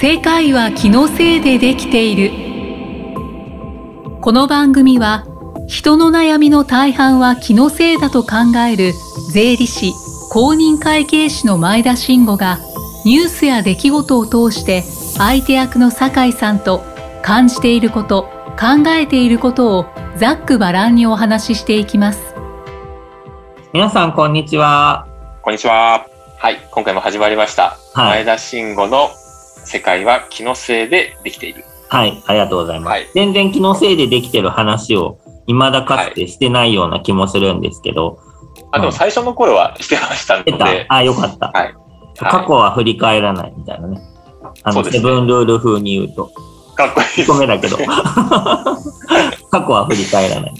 世界は気のせいでできているこの番組は人の悩みの大半は気のせいだと考える税理士公認会計士の前田慎吾がニュースや出来事を通して相手役の酒井さんと感じていること考えていることをざっくばらんにお話ししていきます皆さん、こんにちは。こんにちは。はい、今回も始まりました。はい前田慎吾の世界は気のせいでできている。はい、ありがとうございます。はい全然気のせいでできてる話を、未だかつてしてないような気もするんですけど、あ、でうんも最初の頃はしてましたの出たで、あ、よかった、はい過去は振り返らないみたいなね。あその、うですセねブンルール風に言うと、かっこいいで1す個目だけ ど、 過去は振り返らない。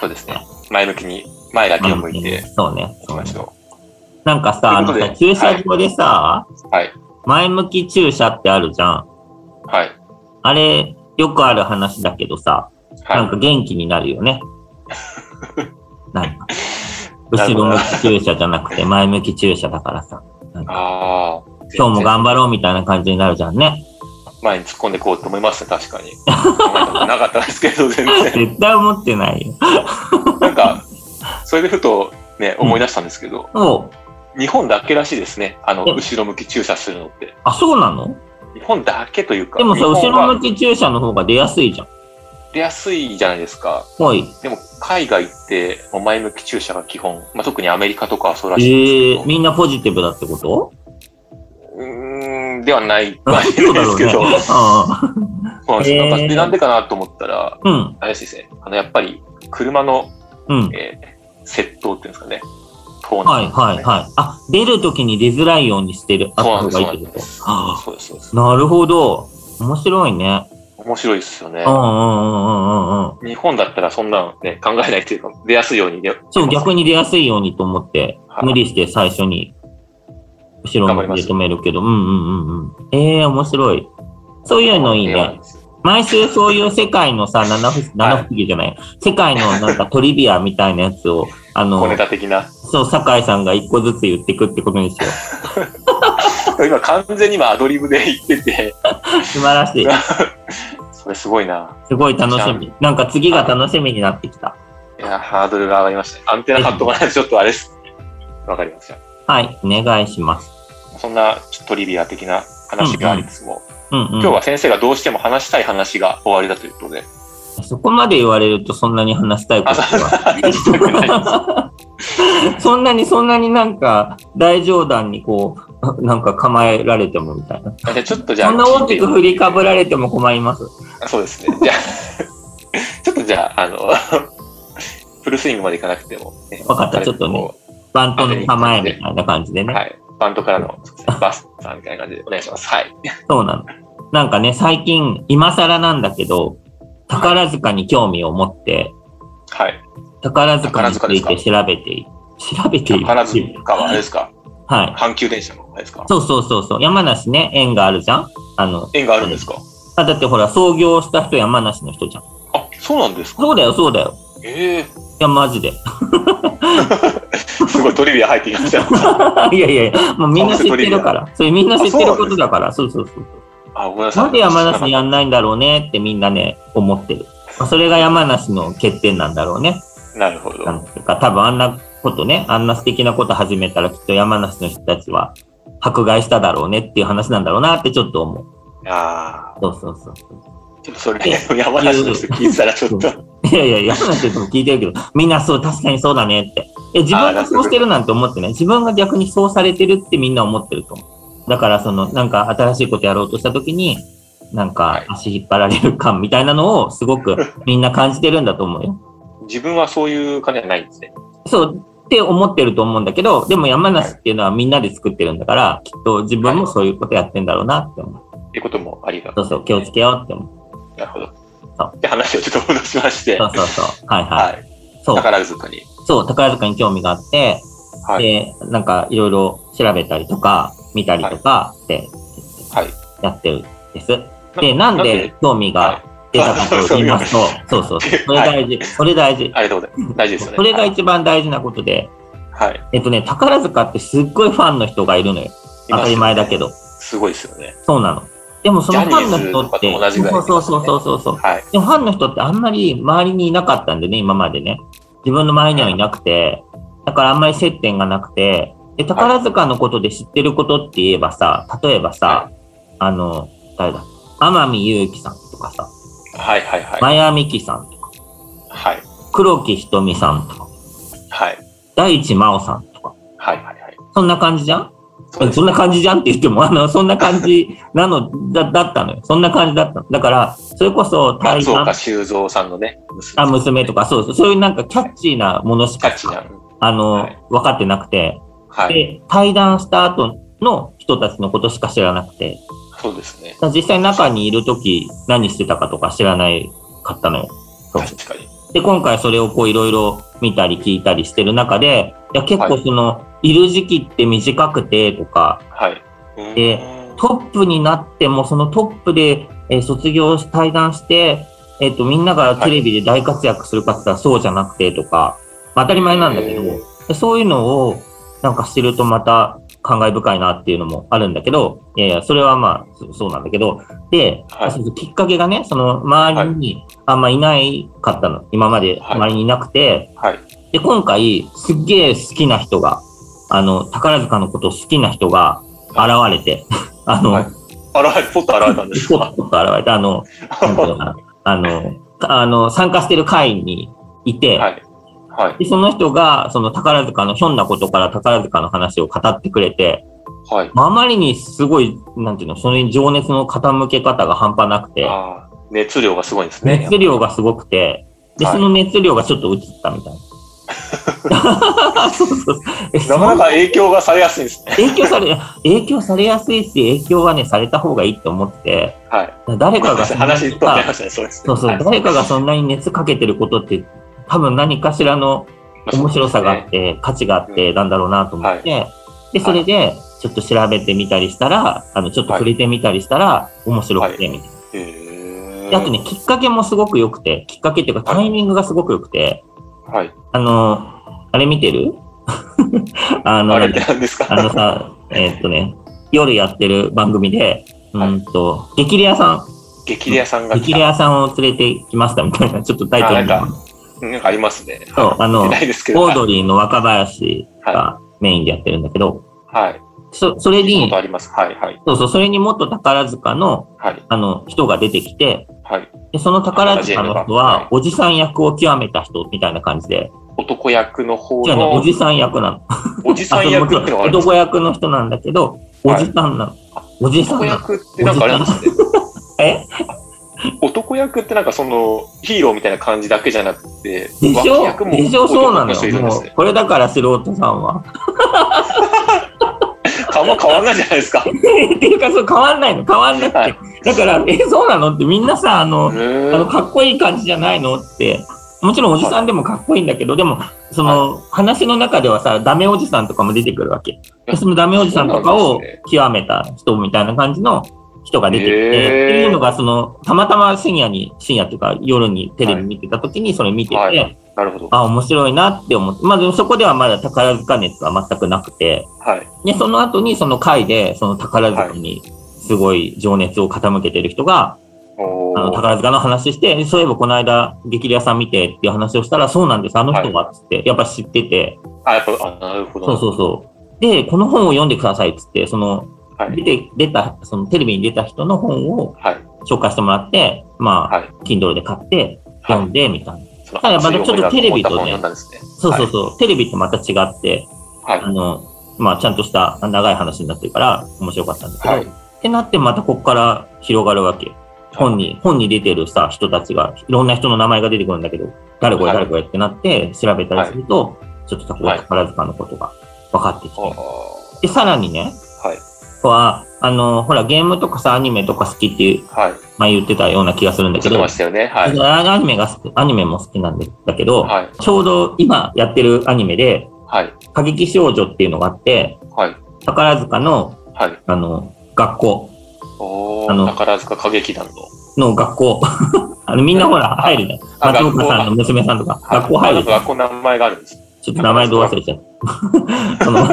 そうですね。前向きに、前だけを向いてそうね。いきそうまねしょなんかさ、あのというこさとで駐車場でさ、う。はい。前向き駐車ってあるじゃん。はい。あれ、よくある話だけどさ、なんはか元気になるよ ね。なんか。な後るほろど向き注射じゃなくて前向き注射だからさ。い。ああ。今日も頑張ろうみたいな感じになるじゃんね。前に突っ込んでいこうと思いますね、確かに。考えたことなかったですけど、全然。絶対思ってないよ。なんか、それでふとね、思い出したんですけど、もう、日本だけらしいですね。あの、うん後ろ向き駐車するのって。あ、そうなの日本だけというか、でもさ、日後本はろ向き注射の方が出やすいじゃん。出やすいじゃないですか。ほい。でも海外ってもう前向き注射が基本、まあ、特にアメリカとかはそうらしええー、いんですけみんなポジティブだって ことど、うーん、ではない、まあ、いるんですけど、そうだろうねそうなんですよへーなんかでなんでかなと思ったら、うん。うん。あれらしいですね、あのやっぱり車の、うん。えー窃盗っていうんですかね、盗難、はいはいはい。あ、出るときに出づらいようにしてる、あった方がいいってこそうなんとであそうです、そうです。なるほど。面白いね。面白いですよねうんう。んうんうんうん。日本だったらそんなのね、考えないというか、出やすいようにね、そう、逆に出やすいようにと思って、はい無理して最初に、後ろ向きで止めるけど、うんうんうんうん。ええー、面白い。そういうのいいそうなんね。ですよ毎週そういう世界のさ、七不七不思議じゃない、世界のなんかトリビアみたいなやつを、あ小のネ、タ的な。そう、酒井さんが一個ずつ言ってくってことにしよう。今完全に今アドリブで言ってて、素晴らしい。それすごいな。すごい楽しみ。なんか次が楽しみになってきた。いや、ハードルが上がりましたね。アンテナ張っとかないとちょっとあれです。わかりました。はい、お願いします。そんなちょっとトリビア的な話がありつつも、うんうん。今日は先生がどうしても話したい話が終わりだということで、そこまで言われるとそんなに話したいこと話したく ないです。は。そんなにそんなになんか大冗談にこう、 なんか構えられてもみたいな。じゃあちょっとじゃあそんな聞大いてきよく振りかぶられても困ります。そうですね。じゃあ、ちょっとじゃあ、あの、 フルスイングまでいかなくても、ねわかったちょっとねバントの構えみたいな感じでね。はい。バントからのバスターみたいな感じでお願いします。はい。そうなの。なんかね、最近、今更なんだけど、宝塚に興味を持って、はい。宝塚につい宝塚てで調べている。調べている。宝塚はあれですかはい。阪急電車のあれですかそうそうそうそう。山梨ね、縁があるじゃんあの、縁があるんですかあ、だってほら、創業した人山梨の人じゃん。あ、そうなんですかそうだよ、そうだよ。ええいや、マジで。すごいトリビア入ってきました よ。いやいやいや、もうみんな知ってるから。それみんな知ってることだから。そうそうそうあ、ごめんなさい。なんで山梨やんないんだろうねってみんなね、思ってる。まあそれが山梨の欠点なんだろうね。なるほど。なんていうか、多分あんなことね、あんな素敵なこと始めたらきっと山梨の人たちは迫害しただろうねっていう話なんだろうなってちょっと思う。あそうそうそうそあ、ちょっとそれ、山梨の人聞いてたらちょっと、う。 いやいや、山梨の人も聞いてるけど、みんなそう、確かにそうだねって。え、自分がそうしてるなんて思ってない。自分が逆にそうされてるってみんな思ってると思う。だから、その、なんか新しいことやろうとした時に、なんはかい足引っ張られる感みたいなのをすご くみんな感じてるんだと思うよ。自分はそういう感じじゃないんですね。そうって思ってると思うんだけど、でも山梨っていうのはみんなで作ってるんだから、きっと自分もそういうことやってんだろうなって思う。っていうこともありがそうそう、気をつけようって思う。なるほどそ。で、話をちょっと戻しまして、そはうそうそう。はいはい。い。そう、宝塚に。そう、宝塚に興味があって、はい。で、なんかいろいろ調べたりとか、見たりとかってはい。やってるんです。で、なんで興味が出たか と言いますと、そうそうそう、それ大事、それ大事。ありがとうございます。大事ですよね。それがはい一番大事なことで、はい。えっとね、宝塚ってすっごいファンの人がいるのよ。当たり前だけど。ど。すごいですよね。そうなの。でもそのファンの人っジャニーズとかと同て、じぐらいそうですそようねそうそうそうそう。はい。でもファンの人ってあんまり周りにいなかったんでね、今までね。自分の周りにはいなくて、だからあんまり接点がなくて、で、宝塚のことで知ってることって言えばさ、例えばさ、あの、誰だ、天海祐希さんとかさ、はいはいはい。マヤミキさんとか、はい。黒木ひとみさんとか、はい。大地真央さんとか、はいはいはい。そんな感じじゃんそうですそんな感じじゃんって言っても、あの、そんな感じなの、 だだったのよ。そんな感じだったの。だから、それこそ、大松岡半、修造さんのね、娘あ、娘とか、そうそう、そういうなんかキャッチーなものしキャかッチな。あの、はい分かってなくて、はい。で、対談した後の人たちのことしか知らなくて、そうですねだ。から実際中にいる時何してたかとか知らないかったのよ。そう確かに。で、今回それをこういろいろ見たり聞いたりしてる中で、いや結構その、い、る時期って短くてとか、はい。でうーんトップになってもそのトップで、えー卒業し、対談して、えっ、と、みんながテレビで大活躍するかって言ったらそうじゃなくてとか、まあ当たり前なんだけど、へでそういうのをなんか知るとまた感慨深いなっていうのもあるんだけど、いやいや、それはまあそそうなんだけど、で、はいあそうそうきっかけがね、その周りにあんまいないかったの。今まではい周りにいなくて、はい。で、今回すっげえ好きな人が、あの、宝塚のことを好きな人が現れて、 あの、はいあら、ポッと現 れたんですポッか。と現れて、あの、 なんていうのかなあの、あの、参加してる会にいて、はい。はい。でその人が、その宝塚のひょんなことから宝塚の話を語ってくれて、はい。まああまりにすごい、なんていうの、それに情熱の傾け方が半端なくて、あー熱量がすごいんですね。熱量がすごくて、で、はいその熱量がちょっと映ったみたい な。そうそうそう。えなかなか影響がされやすいんですね。影響され、影響されやすいし、影響はね、された方がいいって思って、はい。誰かがそんな話となりましたね。そうですね。そうそう、はい誰かがそんなに熱かけてることって、多分何かしらの面白さがあって、価値があってなんだろうなと思って、で、それで、ちょっと調べてみたりしたら、あの、ちょっと触れてみたりしたら、面白くて、みたいな。へーであとね、きっかけもすごく良くて、きっかけっていうかはタいイミングがすごく良くて、はい。あの、あれ見てる あの、あれって何ですかあのさ、えーっとね、夜やってる番組で、うはいーんと、激レアさ激レアさんん、が激来レた。アさんを連れてきましたみたいな、ちょっとタイトルあなんなんかありますね。そう、あの見、ないですけど。オーはい。ドリーの若林がメインでやってるんだけど、はいそそれ聞いたこにと、あります。はいはい。そうそう、それにもっと宝塚のはい。あの人が出てきて、はい。でその宝塚の人はいは、おじさん役を極めた人みたいな感じで、男役の方じゃあね、のおじさん役なの。おじさんあ役とっていうのがあるんですか男役の人なんだけど、おじさんなの。おじさん男なの。役ってなんかあれなんですね。え男役ってなんかそのヒーローみたいな感じだけじゃなくて、でし脇役ょもでしょそうな男の人いるよ。んでもすうね、。これだから素人さんは。 顔も変わんないじゃないですか。っていうか、そう変わんないの。変わんなくて。はいだから、え、そうなのってみんなさ、あの、あの、はかっこいい感じじゃないのって。もちろんおじさんでもかっこいいんだけど、でも、その、話の中ではさ、ダメおじさんとかも出てくるわけ。でそのダメおじさんとかそうなをんですね極めた人みたいな感じの人が出てきて、へっーていうのが、その、たまたま深夜に、深夜というか夜にテレビ見てた時にそれ見てて、はいなるほど。あ、面白いなって思って、まあでもそこではまだ宝塚熱は全くなくて、はい。で、その後にその回で、その宝塚にすごい情熱を傾けてる人が、おあのー宝塚の話して、えそういえばこの間、激レアさん見てっていう話をしたら、そうなんです、あの人はっつって、やっぱ知ってて、あ、やっぱ、あなるほど。そうそうそう。で、この本を読んでくださいっつって、その、は出い。て、出た、そのテレビに出た人の本をはい。紹介してもらって、まあ、はい。 Kindle で買って、はい読んで、みたいな。そのただまだちょっと熱い思いがテレビとねこもった本読んだんですね。そうそうそう、テレビとまた違って、はい。あの、まあ、ちゃんとした長い話になってるから、面白かったんだけど、はい。ってなって、またここから広がるわけ。本に、本に出てるさ、人たちが、いろんな人の名前が出てくるんだけど、誰これはい誰これってなって、調べたりすると、ちょっと宝塚のことが分かってきて。あで、さらにね、ーはい。は、あの、ほら、ゲームとかさ、アニメとか好きっていう、はい。まあ言ってたような気がするんだけちょっとど、ましたよね。はい。アニメが好き、アニメも好きなんだけど、はい。ちょうど今やってるアニメで、はい。過激少女っていうのがあって、はい。宝塚の、はい。あの、学校おあのー、宝塚歌劇団の。の学校。 あの、みんなほら、入るじゃん。あ松岡さんの娘さんとか、学校入はるいじゃん。学校の名前があるんです。ちょっと名前どう忘れちゃ う。その、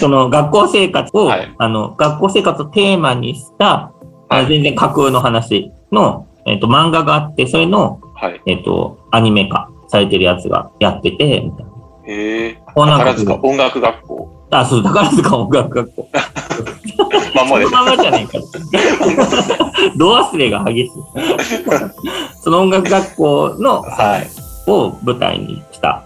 その学校生活を、はいあの、学校生活をテーマにしたはいあの全然架空の話の、えっと、漫画があって、それの、はい。えっと、アニメ化されてるやつがやってて、みたいなへえ。おなんか宝塚音楽学校。あ、そう、宝塚音楽学校。まんまでそす。のままじゃない から。ど忘れが激しい。その音楽学校の、はい。を舞台にした。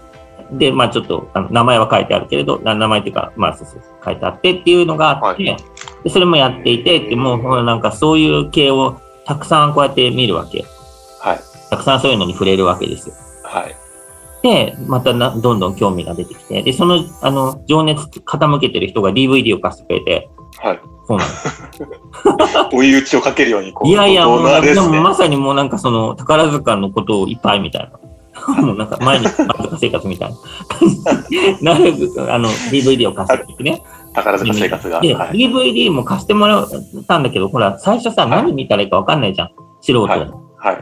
で、まあちょっと、あの名前は書いてあるけれど、な名前っていうか、まあそうそう書いてあってっていうのがあって、はでそれもやっていて、でもうほらなんかそういう系をたくさんこうやって見るわけ。はい。たくさんそういうのに触れるわけですよ。はい。で、またなどんどん興味が出てきて、で、その、あの、情熱傾けてる人が DVD を貸してくれて、はい。そうなんです。追い打ちをかけるように、こう、いやいや、怒もう、涛のあれでですもね。まさにもうなんかその、宝塚のことをいっぱいみたいな。 もうなんか、毎日宝塚生活みたいな感じにな る、あの、DVD を貸してくれてね。宝塚生活が。で、はい。 DVD も貸してもらったんだけど、ほら、最初さ、何見たらいいかわかんないじゃん。素人。はいだかはい。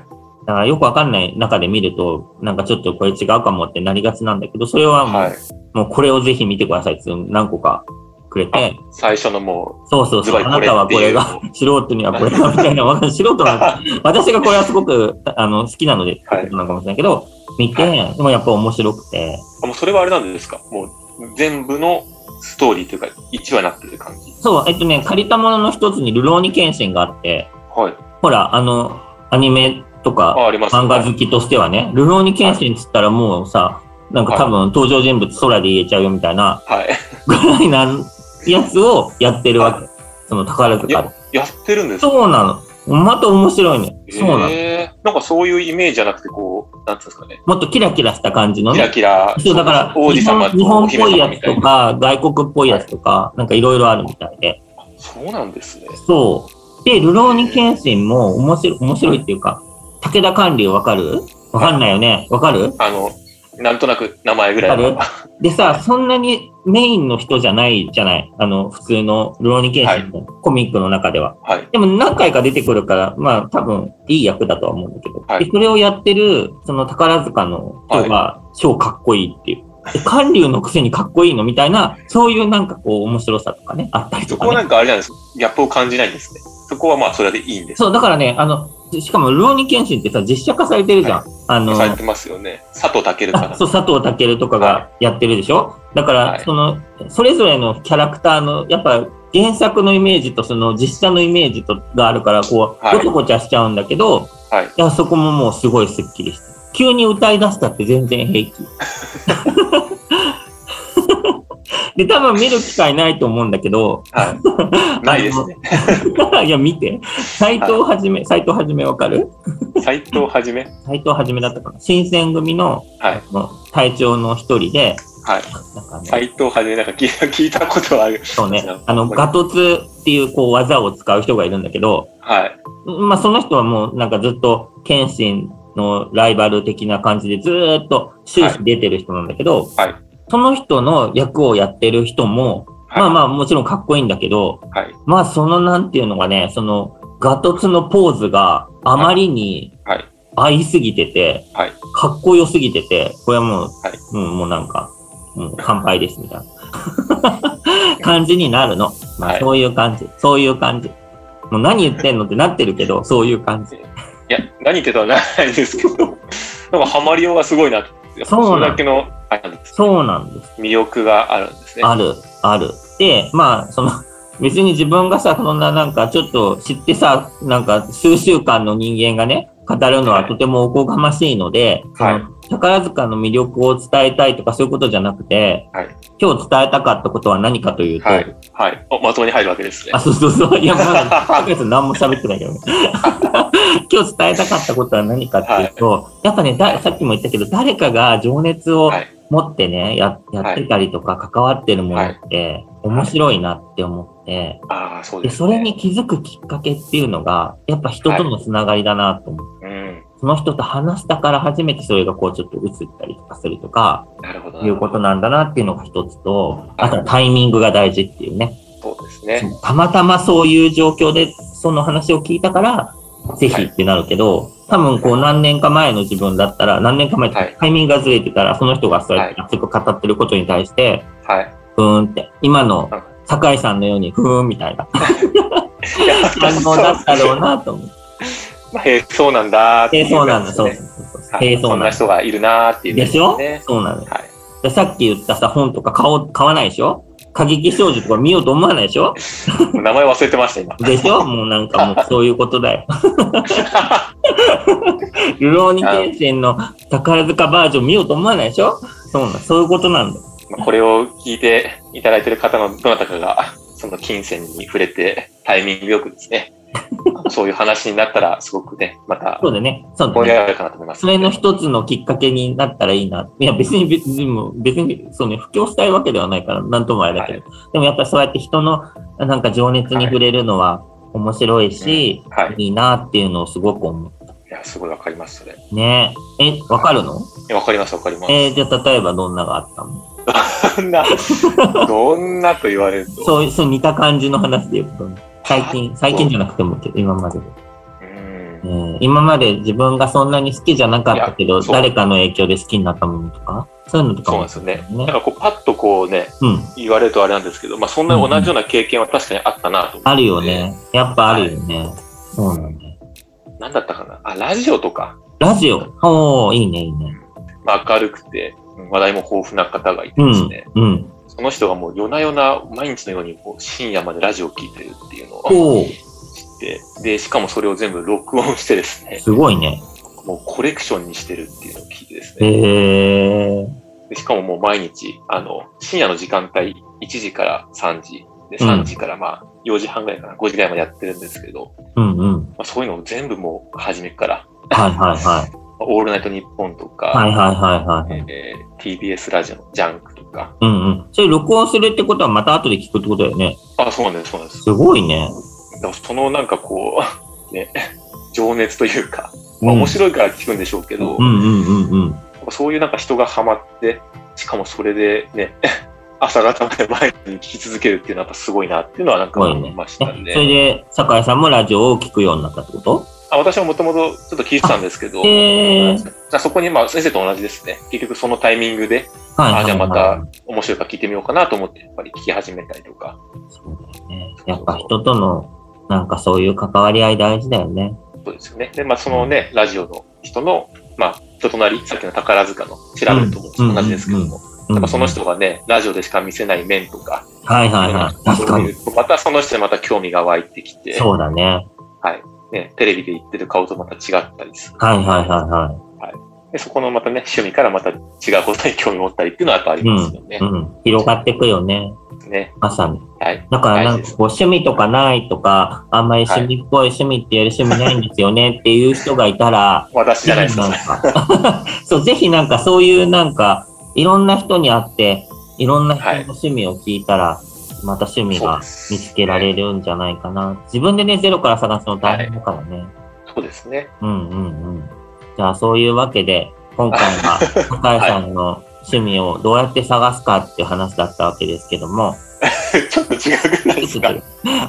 らよくわかんない中で見ると、なんかちょっとこれ違うかもってなりがちなんだけど、それはもう、はい。もうこれをぜひ見てくださいって何個かくれて、最初のもそうそうズそバう、リあこなれたはってこいれうのをが、 素人にはこれが、みたいな、わかんない素人なんか、私がこれはすごく、あの、好きなので、はいなんかもしれないけど、見て、はでもやっぱ面白くて、う、あもうそれはあれなんですかもう、全部のストーリーというか、一話になってる感じ。そう、えっとね、借りたものの一つに、ルローニケンシンがあって、はい。ほら、あの、アニメとか、あ、あります。漫画好きとしてはね、ルローニケンシンっつったらもうさ、なんか多分登場人物空で言えちゃうよみたいな はい。 ぐらいなやつをやってるわけ。その宝塚で。やってるんですかそうなの。また面白いね。そうなの。へーなんかそういうイメージじゃなくて、こう、なんていうんですかね。もっとキラキラした感じのキラね。キラ。そうだから、王子日様本と日本おっ姫ぽい様やみつたいとな。か、外国っぽいやつとか、なんかいろいろあるみたいで。そうなんですね。そう。で、ルローニケンシンも面白い、面白いっていうか、武田管理わかるわかんないよね。わかるあの、なんとなく名前ぐらいの。はでさ、そんなにメインの人じゃないじゃないあの、普通のルローニケンシンのコミックの中では。い。でも何回か出てくるから、まあ多分いい役だとは思うんだけど。はいでそれをやってる、その宝塚の人が超かっこいいっていう。え韓流のくせにかっこいいのみたいな、そういうなんかこう面白さとかね、あったりとそか、こね。はなんかあれなんです。ギャップを感じないんですね。そこはまあ、それでいいんです。そう、だからね、あの、しかもルローニケンシンってさ、実写化されてるじゃん。あの、されてますよね。佐藤健かあらそ。う、佐藤健とかがはやってるでしょ、だから、はいその、それぞれのキャラクターの、やっぱ原作のイメージとその実写のイメージとがあるから、こう、はいごちゃごちゃしちゃうんだけど、はいやそこももうすごいスッキリして。急に歌い出したって全然平気。 で、多分見る機会ないと思うんだけど、 はい。ないですね。いや、見て。斎藤はじめ、斎藤はじめわかる斎藤はじめ。斎藤はじめだったかな新選組の、はいあの隊長の一人で、はい。なんかね、斎藤はじめなんか聞いた 聞いたことはある。そうね違う。あの、ガトツっていう、こう、技を使う人がいるんだけど、はい。まあ、その人はもう、なんかずっと、謙信のライバル的な感じで、ずーっと終始出てる人なんだけど、はいその人の役をやってる人も、はいまあまあ、もちろんかっこいいんだけど、はい。まあ、その、なんていうのがね、その、ガトツのポーズがあまりにはい合いすぎてて、はいかっこよすぎてて、これはもう、はいうん、もうなんか、もう乾杯ですみたい な感じになるの。まあ、はいそういう感じ、そういう感じ。もう何言ってんのってなってるけど、そういう感じ。いや、何言ってたらないんですけ ど、なんかハマりようがすごいなって。やっぱそうそなのれだけのあれなんですそうなんです。魅力があるんですね。ある、ある。で、まあ、その、 別に自分がさ、そんななんかちょっと知ってさ、なんか数週間の人間がね、語るのははいとてもおこがましいので、はいその宝塚の魅力を伝えたいとかそういうことじゃなくて、はい今日伝えたかったことは何かというと、はい。はい。おまとめに入るわけですねあ、。そうそうそう。いや、まだ、1ヶ月何も喋ってないけ どね。今日伝えたかったことは何かっていうと、やっぱねだ、さっきも言ったけど、誰かが情熱をはい持ってね、ややってたりとか、関わってるものって、面白いなって思って、 ああ、そうで、です、ね。それに気づくきっかけっていうのが、やっぱ人とのつながりだなと思って、うん。その人と話したから初めてそれがこうちょっと映ったりとかするとか、なるほどな。いうことなんだなっていうのが一つと、はいあとはタイミングが大事っていうね。そうですね。たまたまそういう状況でその話を聞いたから、ぜひってなるけど、多分こう何年か前の自分だったら、何年か前、はいタイミングがずれてたら、その人がそうやって熱く語ってることに対して、はい。ふーんって、今のはい酒井さんのように、ふーんみたいな。いや本当反 そ応うだったろうなと思って。まあ、へえ、そうなんだーっていえー、そうなんだ、ですそうねそうそうそう。はいえー、そそうんなんなだ。人がいるなーっていうね。でしょねそうなのよはい。でさっき言ったさ、本とか買おう買わないでしょ過激少女とか見ようと思わないでしょ名前忘れてました、今。でしょもうなんかもうそういうことだよ。ルローニケンセンの宝塚バージョン見ようと思わないでしょそうなん、そういうことなんだよ。まあこれを聞いていただいている方のどなたかが、その金銭に触れて、タイミングよくで すね、そういう話になったら、すごくね、また、そうだね。そうだ盛りね。上がるかなと思います。それの一つのきっかけになったらいいな。いや、別に、別に、もう別に、そうね、布教したいわけではないから、なんともあれだけど。でもやっぱりそうやって人の、なんか情熱に触れるのは面白いし、、はいうんはいいなっていうのをすごく思いや、すごいわかります、それ。う。ねえ、えわかるのいやわかります、わかります。えー、じゃあ例えばどんながあったのど んな、どんなと言われると。そういう、そう似た感じの話で言うと、最近、最近じゃなくてもけど、今までで、うんえー今まで自分がそんなに好きじゃなかったけいど、やそう誰かの影響で好きになったものとか、そういうのとかそうなもんですよね。ねなんかこう、パッとこうね、うん、言われるとあれなんですけど、まあ、そんな同じような経験は確かにあったなと思ってあるよ。ね。やっぱあるよね。そうなんだよ。なんだったかな。あ、ラジオとか、ラジオ。おー、いいね、いいね。まあ、明るくて、話題も豊富な方がいてうですんね、、うん。その人がもう夜な夜な、毎日のようにこう深夜までラジオを聞いてるっていうのを知おー、って、で、しかもそれを全部録音してですね、すごいね。もうコレクションにしてるっていうのを聞いてですね、えー、でしかももう毎日、あの、深夜の時間帯、1時から3時、で、うん3時からまあ、4時半ぐらいかな、5時ぐらいまでやってるんですけど、うんうん。まあ、そういうのを全部もう初めから、はいはいはい。 オールナイトニッポンとか、はいはいはいはい。えー TBS ラジオのジャンクとか、うんうん。それ録音するってことはまた後で聞くってことだよね。あ、そうなんです、そうなんです。すごいね。だからそのなんかこう、ね、情熱というか、まあ、うん面白いから聞くんでしょうけど、うんうんうんうん。そういうなんか人がハマって、しかもそれでね、 朝方まで毎日聞き続けるっていうのはやっぱすごいなっていうのはなんかそうよ思ねいましえたね。それで、酒井さんもラジオを聞くようになったってことあ私はもともとちょっと聞いてたんですけど、へーあそこにまあ先生と同じですね。結局そのタイミングではいあじゃあまはいた面白いから聞いてみようかなと思って、やっぱり聞き始めたりとか。そうだよね。やっぱ人との、なんかそういう関わり合い大事だよね。そうですよね。で、まあ、そのね、ラジオの人の、まあ、人となり、さっきの宝塚の調べるともうん同じですけども、うんやっぱその人がね、ラジオでしか見せない面とか、はいはいはい。確そかういに。うまたその人にまた興味が湧いてきて、そうだね。ね、テレビで言ってる顔とまた違ったりする。はいはいはいはで、そこのまたね、趣味からまた違うことに興味を持ったりっていうのはやっぱありますよねい。う。ん。広がっていくよね。ね。まさに。はい。だからなんか大事ですこう趣味とかないとか、あんまり趣味っぽい趣味ってやる趣味ないんですよねっていう人がいたら、私じゃないですか。なんか そう、ぜひなんかそういうなんか、いろんな人に会って、いろんな人のはい趣味を聞いたら、また趣味そうがです見つけられるんじゃないかな。自分でね、ゼロから探すの大変だからね。そうですね。うんうんうん。じゃあそういうわけで、今回 は高井さんの趣味をどうやって探すかっていう話だったわけですけども、ちょっと違うくないで すか。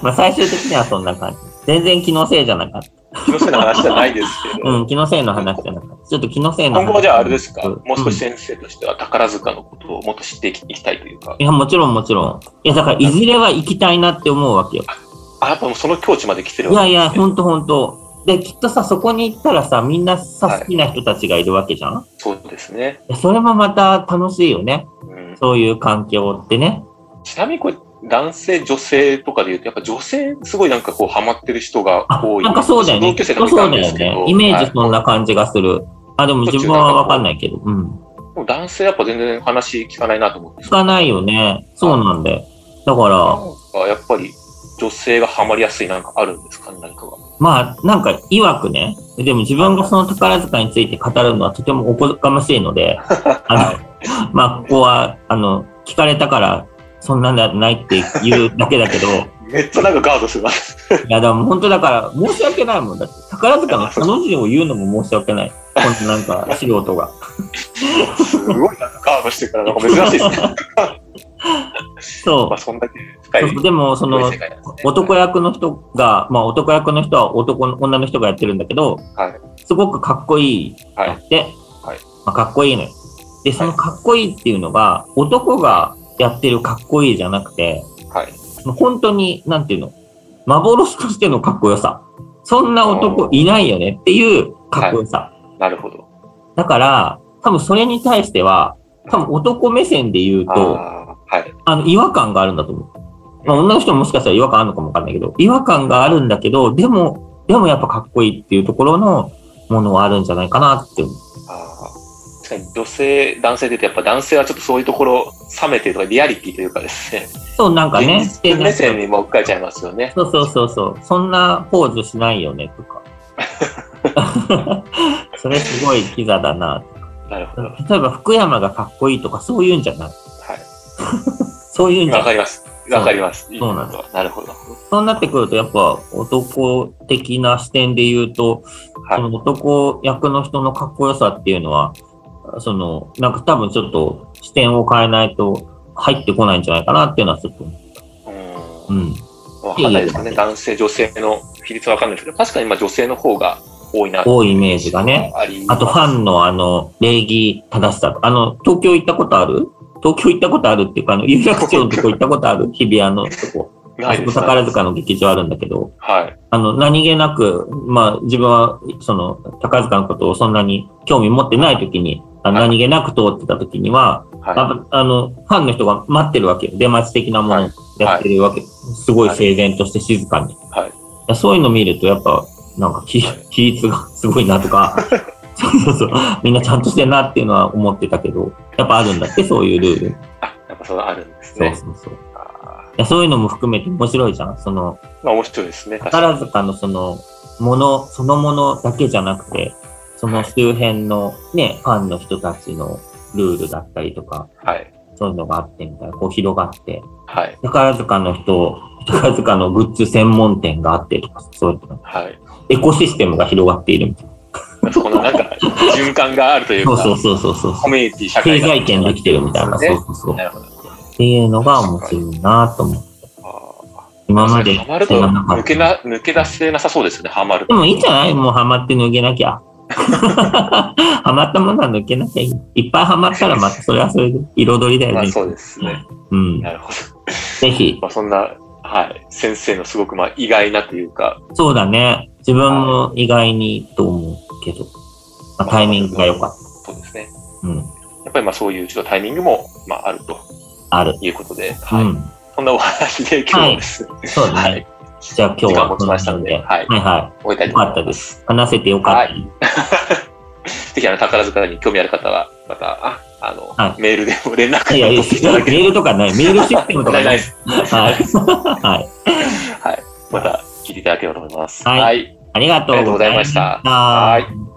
まあ最終的にはそんな感じ。全然気のせいじゃなかった。気のせいの話じゃないですけど。うん、気のせいの話じゃなかった。ちょっと気のせいの話。今後はじゃああれですか、んもう少し先生としては宝塚のことをもっと知っていきたいというか、いや、もちろんもちろん。いや、だから、いずれは行きたいなって思うわけよ。あなたもその境地まで来てるいわやけいや、ですねほんとほんと。で、きっとさ、そこに行ったらさ、みんなさ、はい好きな人たちがいるわけじゃん、そうですね、いやそれもまた楽しいよね。うんそういう環境ってね。ちなみにこれ、男性、女性とかで言うと、やっぱ女性、すごいなんかこう、ハマってる人があ多、い。なんかそうだよね。同級き生っとかといたそうんだでよすけど、ね。イメーはジいそんな感じがする。あ、でも自分はわかんないけど。うん。もう男性やっぱ全然話聞かないなと思って、聞かないよね。そうなんだよ。だから、なんかやっぱり女性がハマりやすいなんかあるんですかね、何かが。まあ、なんか、曰くね、でも自分がその宝塚について語るのはとてもおこがましいの で、あの、まあ、ここは、あの、聞かれたから、そんなんじゃないって言うだけ だけど、いめっちゃなんかガードするな。や、でも本当だから、申し訳ないもんだって、宝塚の彼女を言うのも申し訳ない。こんななんか、素人が。すごいなんかガードしてるから、なんか珍しい ですね。そまあ、そんだけ深う。い。でも、その深い世、界なんですね男役の人が、まあ男役の人は男の女の人がやってるんだけど、はすごくかっこいいはいやって、はいまあ、かっこいいのよ。で、そのかっこいいっていうのが、男がやってるかっこいいじゃなくて、はい。もう本当に、なんていうの、幻としてのかっこよさ。そんな男いないよねっていうかっこよさ。なるほど。だから、多分それに対しては、多分男目線で言うと、ああ、はい。あの、違和感があるんだと思う。まあ、女の人ももしかしたら違和感あるのかもわかんないけど、違和感があるんだけど、でも、でもやっぱかっこいいっていうところのものはあるんじゃないかなって思う。あー確かに女性、男性で言うと、やっぱ男性はちょっとそういうところ、冷めてるとか、リアリティというかですね、そう、なんかね、現実目線にもう一回ちゃいますよね。そうそうそうそう。そんなポーズしないよねと か。それすごいキザだな。なるほど。は例えば福山がかっこいいとかそういうんじゃない。そういうんい。じゃわなかい。ります。わかります。そうなんでいいことなるほど。そうなってくるとやっぱ男的な視点で言うと、はいその男役の人のかっこよさっていうのは、その、なんか多分ちょっと視点を変えないと入ってこないんじゃないかなっていうのはちょっと、うんうん。わかんないですかね、男性、女性の比率はわかんないですけど、確かにまあ女性の方が多いな多いイメージがね。ありあとファンのあの、礼儀正しさと。あの、東京行ったことある東京行ったことあるっていうか、あの、有楽町のとこ行ったことある日比谷のとこ。なあいそでこすね宝塚の劇場あるんだけど、はい。あの、何気なく、まあ、自分は、その、宝塚のことをそんなに興味持ってない時に、あのはい何気なく通ってた時には、はああの、ファンの人が待ってるわけよ。出待ち的なものをやってるわけ。すごい整然として静かに。はいやそういうの見ると、やっぱ、なんかき、比率がすごいなと か、そうそうそう、みんなちゃんとしてんなっていうのは思ってたけど、やっぱあるんだって、そういうルール。い。あ、やっぱそうあるんですそうね。そうそう。いあやそういうのも含めて面白いじゃん。その、ーまあ面白いですね。確かに。宝塚のその、もの、そのものだけじゃなくて、その周辺のね、ファンの人たちのルールだったりとか、はい。そういうのがあってみたいな、こう広がって、はい。宝塚の人、宝塚のグッズ専門店があってとか、そういうのはい。エコシステムが広がっているみたいな。そこのなん か、循環があるというそうか、そうそうそうそう。コミュニティ、社経会が済圏できてるみたいな。ねそうそうそう。なるほど。っていうのが面白いなと思う。あー今までハマると知らなか抜っけた。な、抜け出せなさそうですよね、ハマるでと。もいいんじゃないもうハマって抜けなきゃ。 ハマったものは抜けなきゃいい。いっぱいハマったらまたそれはそれで彩りだよまあね。そうですね。うん。なるほど。ぜひ。まあそんな、はい。先生のすごくまあ意外なというか、そうだね。自分も意外にと思うけど。まあ、タイミングが良かっそうですね。た。うん。やっぱりまあそういうちょっとタイミングもまああるとある。いうことで、はうい。ん。そんなお話で今日ですね、そうですね。はいじゃあ今日時間はもこ来のましたの辺でで。はいはいは終えたい。いよと思かいったま。ですす。話せてよかった。ぜひあの宝塚に興味ある方は、また、ああの、はいメールでも連絡をい、やいや、取っていただけメれールとかない。メールシステムとば、か問題なないいで。す。はい。はい。はい。また聞いていただければと思います。はいはい。ありがとうございました。ありがとうございましは。たはい